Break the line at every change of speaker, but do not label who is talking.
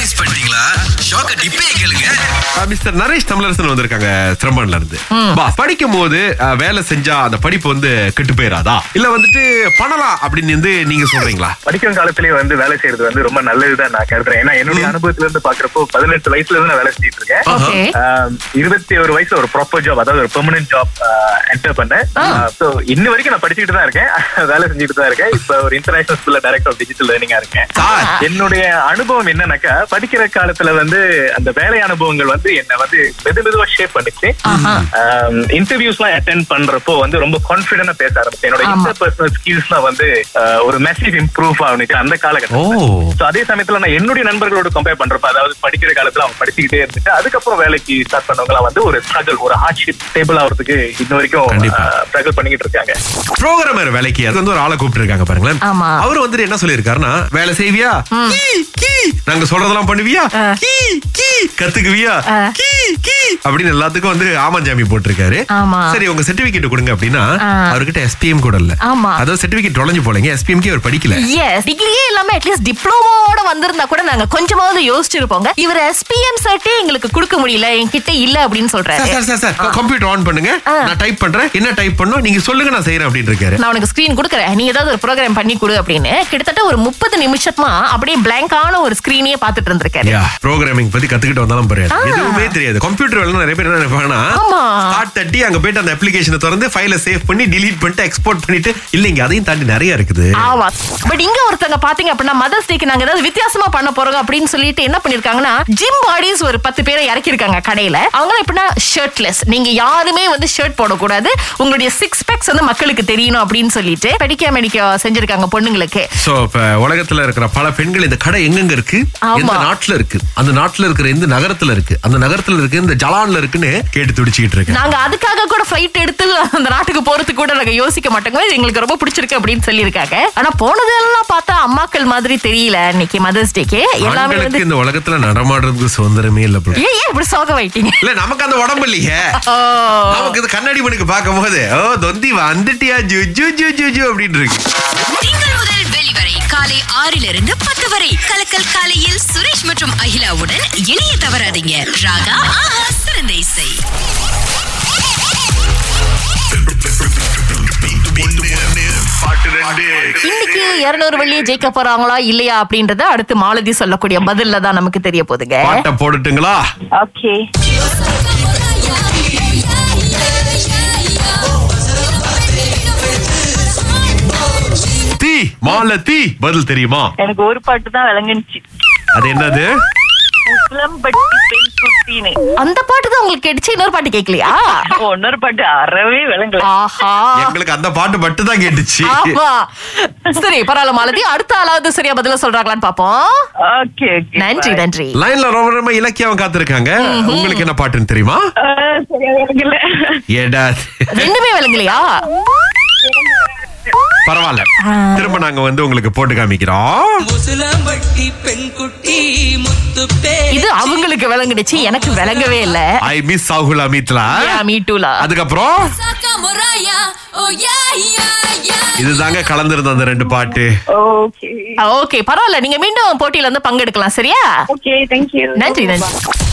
Miss பண்ணிட்டீங்களா ஷாக்க டிப்பே கேளுங்க
மிஸ்டர் நரேஷ் தமிழரசன் வந்திருக்காங்க சிரம்பன்ல இருந்து boss, படிக்கும் போது அஹ், வேலை செஞ்சா அந்த படிப்பு வந்து கெட்டு போயிடாதா இல்ல வந்துட்டு பண்ணலாம் அப்படின்னு வந்து நீங்க சொல்றீங்களா
படிக்கும் காலத்திலேயே வந்து வேலை செய்யறது வந்து ரொம்ப நல்லதுதான் நான் கருதுறேன் ஏன்னா என்னுடைய அனுபவத்துல இருந்து பாக்குறப்போ பதினெட்டு வயசுல இருந்து நான் வேலை செஞ்சுட்டு இருக்கேன்
ஓகே
ஆஹ், இருபத்தி ஒரு வயசுல ஒரு ப்ராப்பர் ஜாப் அதாவது ஒரு பெர்மனன்ட் ஜாப் என்டர் பண்ணேன் ஸோ இன்ன வரைக்கும் நான் படிச்சுட்டு தான் இருக்கேன் வேலை செஞ்சுட்டு தான் இருக்கேன் இப்போ ஒரு இன்டர்நேஷனல் ஸ்கூல்ல டைரக்டர் ஆஃப் டிஜிட்டல் லேர்னிங்கா இருக்கேன்
சார்
என்னுடைய அனுபவம் என்னன்னாக்கா படிக்கிற காலத்துல வந்து அந்த வேலை அனுபவங்கள் வந்து என்ன வந்து மெது மெதுவா ஷேப் பண்ணுச்சு இன்டர்வியூஸ் எல்லாம் அட்டென்ட் பண்றப்போ வந்து ரொம்ப கான்பிடண்டா பேச ஆரம்பிச்சேன் என்னோட
ஆமா.
இன்டர்பர்சனல் ஸ்கில்ஸ் எல்லாம் வந்து அஹ், ஒரு மெசேஜ் இம்ப்ரூவ் ஆகுனுச்சு அந்த காலகட்டத்தில்
ஓ.
So, அதே சமயத்துல நான் என்னுடைய நண்பர்களோட கம்பேர் பண்றப்ப அதாவது படிக்கிற காலத்துல அவங்க படிச்சுக்கிட்டே இருந்துட்டு அதுக்கப்புறம் வேலைக்கு ஸ்டார்ட் பண்ணவங்க எல்லாம் வந்து ஒரு ஸ்ட்ரகிள் ஒரு ஹார்ட்ஷிப் ஸ்டேபிள் ஆகிறதுக்கு இன்ன வரைக்கும்
கண்டிப்பா.
ஸ்ட்ரகிள் பண்ணிக்கிட்டு இருக்காங்க
புரோகிராமர் வேலைக்கு அது வந்து ஒரு ஆளை கூப்பிட்டு இருக்காங்க பாருங்களேன்
ஆமா.
அவர் வந்துட்டு என்ன சொல்லியிருக்காருன்னா வேலை செய்வியா கீ, கீ. நாங்க சொல்றதெல்லாம் பண்ணுவியா
ஆ.
கீ, கீ. கத்துக்குவியா
ஆ.
கீ, கீ. அப்படின்னு எல்லாத்துக்கும் வந்து ஆமாஞ்சாமி போட்டிருக்காரு
ஆமா.
சரி உங்க சர்டிபிகேட் கொடுங்க அப்படின்னா
ஆ.
அவர்கிட்ட எஸ்பிஎம் கூட இல்ல
ஆமா.
அதாவது சர்டிபிகேட் தொலைஞ்சு போலங்க எஸ்பிஎம்கே அவர் படிக்கல
எஸ் டிகிரியே இல்லாம அட்லீஸ்ட் டிப்ளமோட வந்திருந்தா கூட நாங்க கொஞ்சமாவது யோசிச்சிருப்போங்க இவர் எஸ்பிஎம் சர்ட்டே எங்களுக்கு கொடுக்க முடியல என்கிட்ட இல்ல அப்படின்னு சொல்றாரு
sir sir sir sir computer on பண்ணுங்க
ஆ.
நான் டைப் பண்றேன் என்ன டைப் பண்ணோம் நீங்க சொல்லுங்க நான் செய்யறேன் அப்படின்னு இருக்காரு
நான் உனக்கு ஸ்கிரீன் கொடுக்குறேன் நீ ஏதாவது ஒரு ப்ரோக்ராம் பண்ணி கொடு அப்படின்னு கிட்டத்தட்ட ஒரு முப்பது நிமிஷமா அப்படியே பிளாங்கான ஒரு ஸ்கிரீனையே பார்த்துட்டு இருந்திருக்காரு
ப்ரோகிராமிங் பத்தி கத்துக்கிட்டு வந்தாலும் பரவாயில்ல
ஆ.
எதுவுமே தெரியாது கம்ப்யூட்டர் வேலை நிறைய பேர் என்ன நினைப்பாங்கன்னா
ஆமா.
ஸ்டார்ட் தட்டி அங்க போயிட்டு அந்த அப்ளிகேஷனை திறந்து ஃபைலை சேவ் பண்ணி delete பண்ணிட்டு எக்ஸ்போர்ட் பண்ணிட்டு இல்லைங்க அதையும் தாண்டி நிறைய இருக்குது
ஆமா பட் இங்க ஒருத்தங்க பாத்தீங்க அப்படின்னா மதர்ஸ் டேக்கு நாங்க ஏதாவது வித்தியாசமா பண்ண போறோம் அப்படின்னு சொல்லிட்டு என்ன பண்ணிருக்காங்கன்னா ஜிம் பாடிஸ் ஒரு பத்து பேரை இறக்கிருக்காங்க கடையில அவங்க எப்படின்னா ஷர்ட்லெஸ் நீங்க யாருமே வந்து ஷர்ட் போடக்கூடாது உங்களுடைய சிக்ஸ் பேக்ஸ் வந்து மக்களுக்கு தெரியணும் அப்படின்னு சொல்லிட்டு பெடிக்கா மெடிக்கா செஞ்சிருக்காங்க பொண்ணுங்களுக்கு
சோ இப்ப உலகத்துல இருக்கிற பல பெண்கள் இந்த கடை எங்கெங்க இருக்கு
ஆமா.
எந்த நாட்டுல இருக்கு அந்த நாட்டுல இருக்கிற எந்த நகரத்துல இருக்கு அந்த நகரத்துல இருக்கு இந்த ஜலான்ல இருக்குன்னு கேட்டு துடிச்சுக்கிட்டு இருக்கேன்
நாங்க அதுக்காக கூட ஃபிளைட் எடுத்து அந்த நாட்டுக்கு போறதுக்கு கூட நாங்க யோசிக்க மாட்டோங்க இது எங்களுக்கு ரொம்ப பிடிச்சிருக்கு அப்படின்னு சொல்லியிருக்காங்க ஆனா போனதெல்லாம் பார்த்தா அம்மாக்கள் மாதிரி தெரியல இன்னைக்கு மதர்ஸ் டேக்கு எல்லாமே வந்து
ஆண்களுக்கு இந்த உலகத்துல நடமாடுறதுக்கு சுதந்திரமே இல்ல bro.
ஏன் ஏன் இப்படி சோக வைட்டீங்க
இல்ல நமக்கு அந்த உடம்பு இல்லையே
ஓ
நமக்கு இது கண்ணாடி மணிக்கு பார்க்கும் போது ஓ தொந்தி வந்துட்டியா ஜு ஜு ஜு ஜு ஜு அப்படின்னு இருக்கு
திங்கள் முதல் வெளிவரை காலை ஆறிலிருந்து பத்து வரை கலக்கல் காலையில் சுரேஷ் மற்றும் அகிலாவுடன் இணைய தவறாதீங்க ராகா ஆஹா சிறந்த இசை
இன்னைக்கு இருநூறு வெள்ளியை ஜெயிக்க போறாங்களா இல்லையா அப்படின்றத அடுத்து மாலதி சொல்லக்கூடிய பதில்ல தான் நமக்கு தெரிய போகுதுங்க
பாட்டை போட்டுட்டுங்களா
ஓகே
தீ மாலதி பதில் தெரியுமா
எனக்கு ஒரு பாட்டு தான் விளங்குனுச்சு
அது என்னது
புலம்பட்டி பெண் சுத்தின்னு
அந்த பாட்டு தான் உங்களுக்கு கிடைச்சு இன்னொரு பாட்டு கேட்கலையா
இன்னொரு பாட்டு அறவே விளங்கல
ஆஹா
எங்களுக்கு அந்த பாட்டு மட்டும் தான் கேட்டுச்சு
ஆமா சரி பரவாயில்ல மாலதி அடுத்த ஆளாவது சரியா பதில சொல்றாங்களான்னு பாப்போம்
ஓகே ஓகே
நன்றி நன்றி
லைன்ல ரொம்ப ரொம்ப இலக்கியம் காத்திருக்காங்க உங்களுக்கு என்ன பாட்டுன்னு தெரியுமா
சரியா விளங்கல
ஏடா
ரெண்டுமே விளங்கலையா
பரவாயில்ல திரும்ப நாங்க வந்து உங்களுக்கு போட்டு காமிக்கிறோம்
முசுலம்பட்டி பெண்குட்டி முத்து
இது அவங்களுக்கு விளங்குனுச்சு எனக்கு விளங்கவே இல்ல
ஐ மிஸ் சாகுல் அமித்லா
மீ டூலா
அதுக்கப்புறம் இதுதாங்க கலந்திருந்த அந்த ரெண்டு பாட்டு
ஓகே
ஓகே பரவாயில்ல நீங்க மீண்டும் போட்டியில வந்து பங்கெடுக்கலாம் சரியா
ஓகே தேங்க்யூ
நன்றி நன்றி